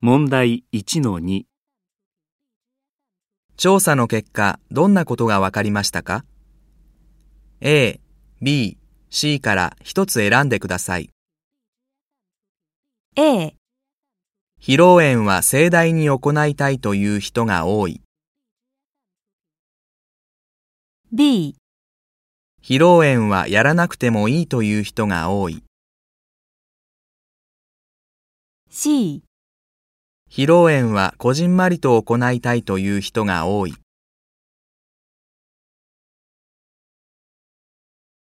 問題1の2、調査の結果、どんなことがわかりましたか ?A、B、C から一つ選んでください。 A、披露宴は盛大に行いたいという人が多い。 B、披露宴はやらなくてもいいという人が多い。 C。披露宴はこじんまりと行いたいという人が多い。